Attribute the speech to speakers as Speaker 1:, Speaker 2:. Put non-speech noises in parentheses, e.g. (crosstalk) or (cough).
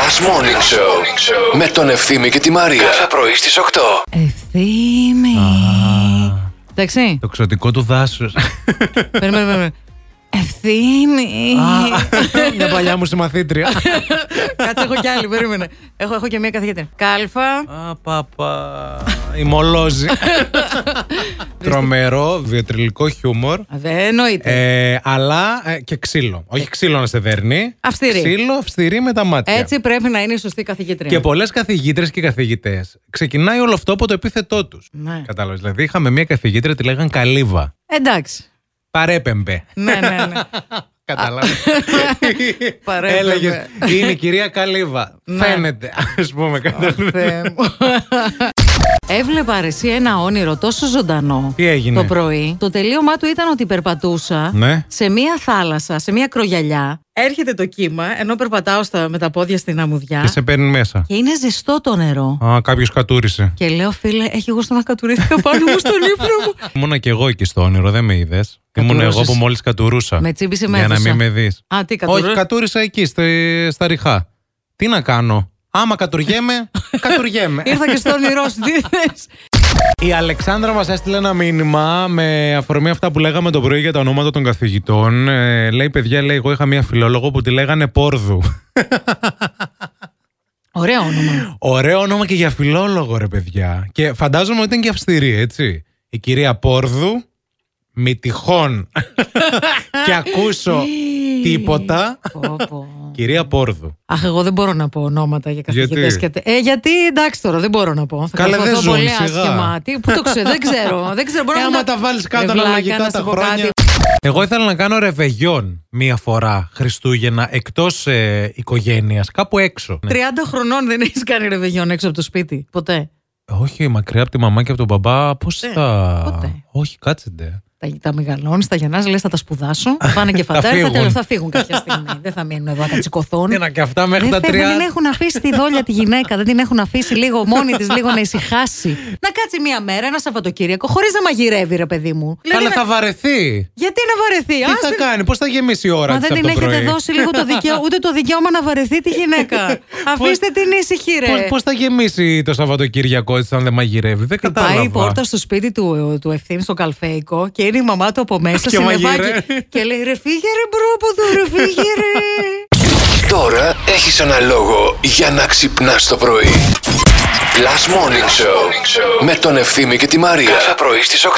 Speaker 1: Last Morning Show με τον Ευθύμη και τη Μαρία. Κάθε πρωί στις 8.
Speaker 2: Ευθύμη. Εντάξει.
Speaker 3: Το ξωτικό του (laughs) δάσο.
Speaker 2: Περιμένουμε, περιμένουμε. Ευθύμη. (laughs)
Speaker 3: Μια παλιά μου συμμαθήτρια.
Speaker 2: Κάτσε, έχω κι άλλη. Περίμενε. Έχω, έχω και μία καθηγήτρια. Κάλφα.
Speaker 3: Α, παπα. Η
Speaker 2: (laughs)
Speaker 3: μολόζη. Τρομερό, διατριλικό χιούμορ.
Speaker 2: Α, Δεν εννοείται.
Speaker 3: Ε, αλλά ε, και ξύλο. Όχι ξύλο να σε δέρνει.
Speaker 2: Αυστηρή.
Speaker 3: Ξύλο, αυστηρή με τα μάτια.
Speaker 2: Έτσι πρέπει να είναι η σωστή καθηγήτρια.
Speaker 3: Και πολλές καθηγήτρες και καθηγητές. Ξεκινάει όλο αυτό από το επίθετό τους.
Speaker 2: Ναι.
Speaker 3: Κατάλαβες. Δηλαδή, είχαμε μία καθηγήτρια, τη λέγαν Καλύβα.
Speaker 2: Εντάξει.
Speaker 3: Παρέπεμπε.
Speaker 2: Ναι, ναι, ναι. (laughs)
Speaker 3: Κατάλαβες.
Speaker 2: Παρέπεμπε.
Speaker 3: Έλεγες. Είναι η κυρία Καλύβα.
Speaker 2: Ναι.
Speaker 3: Φαίνεται. Ας πούμε. κατάλαβες.
Speaker 2: Θεέ μου. Έβλεπα αρεσί ένα όνειρο τόσο ζωντανό
Speaker 3: Τι έγινε?
Speaker 2: το πρωί. Το τελείωμά του ήταν ότι περπατούσα
Speaker 3: Ναι.
Speaker 2: σε μία θάλασσα, σε μία κρογιαλιά. Έρχεται το κύμα, ενώ περπατάω στα, με τα πόδια στην αμμουδιά.
Speaker 3: Και σε παίρνει μέσα.
Speaker 2: Και είναι ζεστό το νερό.
Speaker 3: Α, κάποιος κατούρισε.
Speaker 2: Και λέω, φίλε, έχει γούστο να κατουρήθηκα πάνω μου στον ύπνο
Speaker 3: (laughs)
Speaker 2: μου.
Speaker 3: Ήμουνα και εγώ εκεί στο όνειρο, δεν με είδες. Ήμουν
Speaker 2: Κατουρούσες.
Speaker 3: εγώ που μόλις κατουρούσα.
Speaker 2: Με τσίμπησε
Speaker 3: Για να
Speaker 2: μέδουσα.
Speaker 3: μην με δεις.
Speaker 2: Α, τι κατουρού-
Speaker 3: Όχι, κατούρισα εκεί, στα, στα ριχά. Τι να κάνω. Άμα κατουργέμαι,
Speaker 2: (laughs)
Speaker 3: κατουργέμαι.
Speaker 2: Ήρθα και στο όνειρό σου, τι θες.
Speaker 3: Η Αλεξάνδρα μας έστειλε ένα μήνυμα με αφορμή αυτά που λέγαμε το πρωί για τα ονόματα των καθηγητών. Ε, λέει, παιδιά, λέει, εγώ είχα μία φιλόλογο που τη λέγανε Πόρδου.
Speaker 2: Ωραίο
Speaker 3: (laughs)
Speaker 2: όνομα.
Speaker 3: Ωραίο όνομα και για φιλόλογο, ρε παιδιά. Και φαντάζομαι ότι ήταν και αυστηρή, έτσι. Η κυρία Πόρδου, μη τυχόν (laughs) και ακούσω τίποτα.
Speaker 2: Πω, πω.
Speaker 3: Κυρία Πόρδου.
Speaker 2: Αχ, εγώ δεν μπορώ να πω ονόματα για καθηγητέ.
Speaker 3: Γιατί?
Speaker 2: Και... τε- Ε, γιατί εντάξει τώρα, δεν μπορώ να πω. Θα
Speaker 3: Καλέ, δεν
Speaker 2: καθοθώ
Speaker 3: ζουν,
Speaker 2: πολύ
Speaker 3: σιγά.
Speaker 2: άσχημα. Τι, πού το ξέρω, δεν
Speaker 3: (laughs)
Speaker 2: ξέρω. Δεν ξέρω, μπορώ
Speaker 3: Ε,
Speaker 2: να
Speaker 3: άμα
Speaker 2: τα-
Speaker 3: τα βάλεις
Speaker 2: Ρε
Speaker 3: κάτω
Speaker 2: βλάκα,
Speaker 3: αναλογικά
Speaker 2: να
Speaker 3: τα
Speaker 2: σου πω
Speaker 3: χρόνια.
Speaker 2: κάτι.
Speaker 3: Εγώ ήθελα να κάνω ρεβεγιόν μία φορά Χριστούγεννα εκτός ε, οικογένειας, κάπου έξω. Ναι.
Speaker 2: 30 χρονών δεν έχεις κάνει ρεβεγιόν έξω από το σπίτι. Ποτέ.
Speaker 3: Όχι, μακριά από τη μαμά και από τον μπαμπά. Πώς
Speaker 2: Ποτέ,
Speaker 3: θα.
Speaker 2: ποτέ.
Speaker 3: Όχι, κάτσετε.
Speaker 2: Τα, τα μεγαλώνεις, τα γεννάς, λες θα τα
Speaker 3: (laughs)
Speaker 2: σπουδάσω. θα Πάνε και φαντάρι, θα,
Speaker 3: φύγουν. Ε,
Speaker 2: τελειω- θα φύγουν κάποια στιγμή.
Speaker 3: (laughs)
Speaker 2: δεν θα μείνουν εδώ, θα τσικωθούν.
Speaker 3: Τι να και αυτά μέχρι
Speaker 2: Δεν
Speaker 3: τα
Speaker 2: φεύγουν, την
Speaker 3: τρία.
Speaker 2: έχουν αφήσει τη δόλια τη γυναίκα. Δεν την έχουν αφήσει λίγο μόνη της, λίγο να ησυχάσει. Να κάτσει μία μέρα, ένα Σαββατοκύριακο, χωρίς να μαγειρεύει, ρε παιδί μου. Δηλαδή,
Speaker 3: Καλά,
Speaker 2: να-
Speaker 3: θα βαρεθεί.
Speaker 2: Γιατί να βαρεθεί,
Speaker 3: Τι
Speaker 2: άσε
Speaker 3: θα
Speaker 2: να-
Speaker 3: κάνει, πώς θα γεμίσει η ώρα
Speaker 2: Μα
Speaker 3: της
Speaker 2: δεν
Speaker 3: από
Speaker 2: την
Speaker 3: το
Speaker 2: έχετε
Speaker 3: πρωί.
Speaker 2: δώσει λίγο το (laughs) δικαίωμα, ούτε το δικαίωμα να βαρεθεί τη (laughs) γυναίκα. Αφήστε την ήσυχη, ρε.
Speaker 3: Πώς θα γεμίσει το Σαββατοκύριακο έτσι, αν δεν μαγειρεύει. Δεν κατάλαβα.
Speaker 2: Πάει η πόρτα στο σπίτι του, του Ευθύμη, στο καλφέικο, και είναι η μαμά του από μέσα
Speaker 3: Και
Speaker 2: σε
Speaker 3: μαγειρεύει.
Speaker 2: νεβάκι. και λέει: Ρε φύγε, ρε μπρόποδο, ρε φύγε, (laughs) ρε.
Speaker 1: Τώρα έχεις ένα λόγο για να ξυπνάς το πρωί. Last Morning Show με τον Ευθύμη και τη Μαρία. Κάθε πρωί στις 8.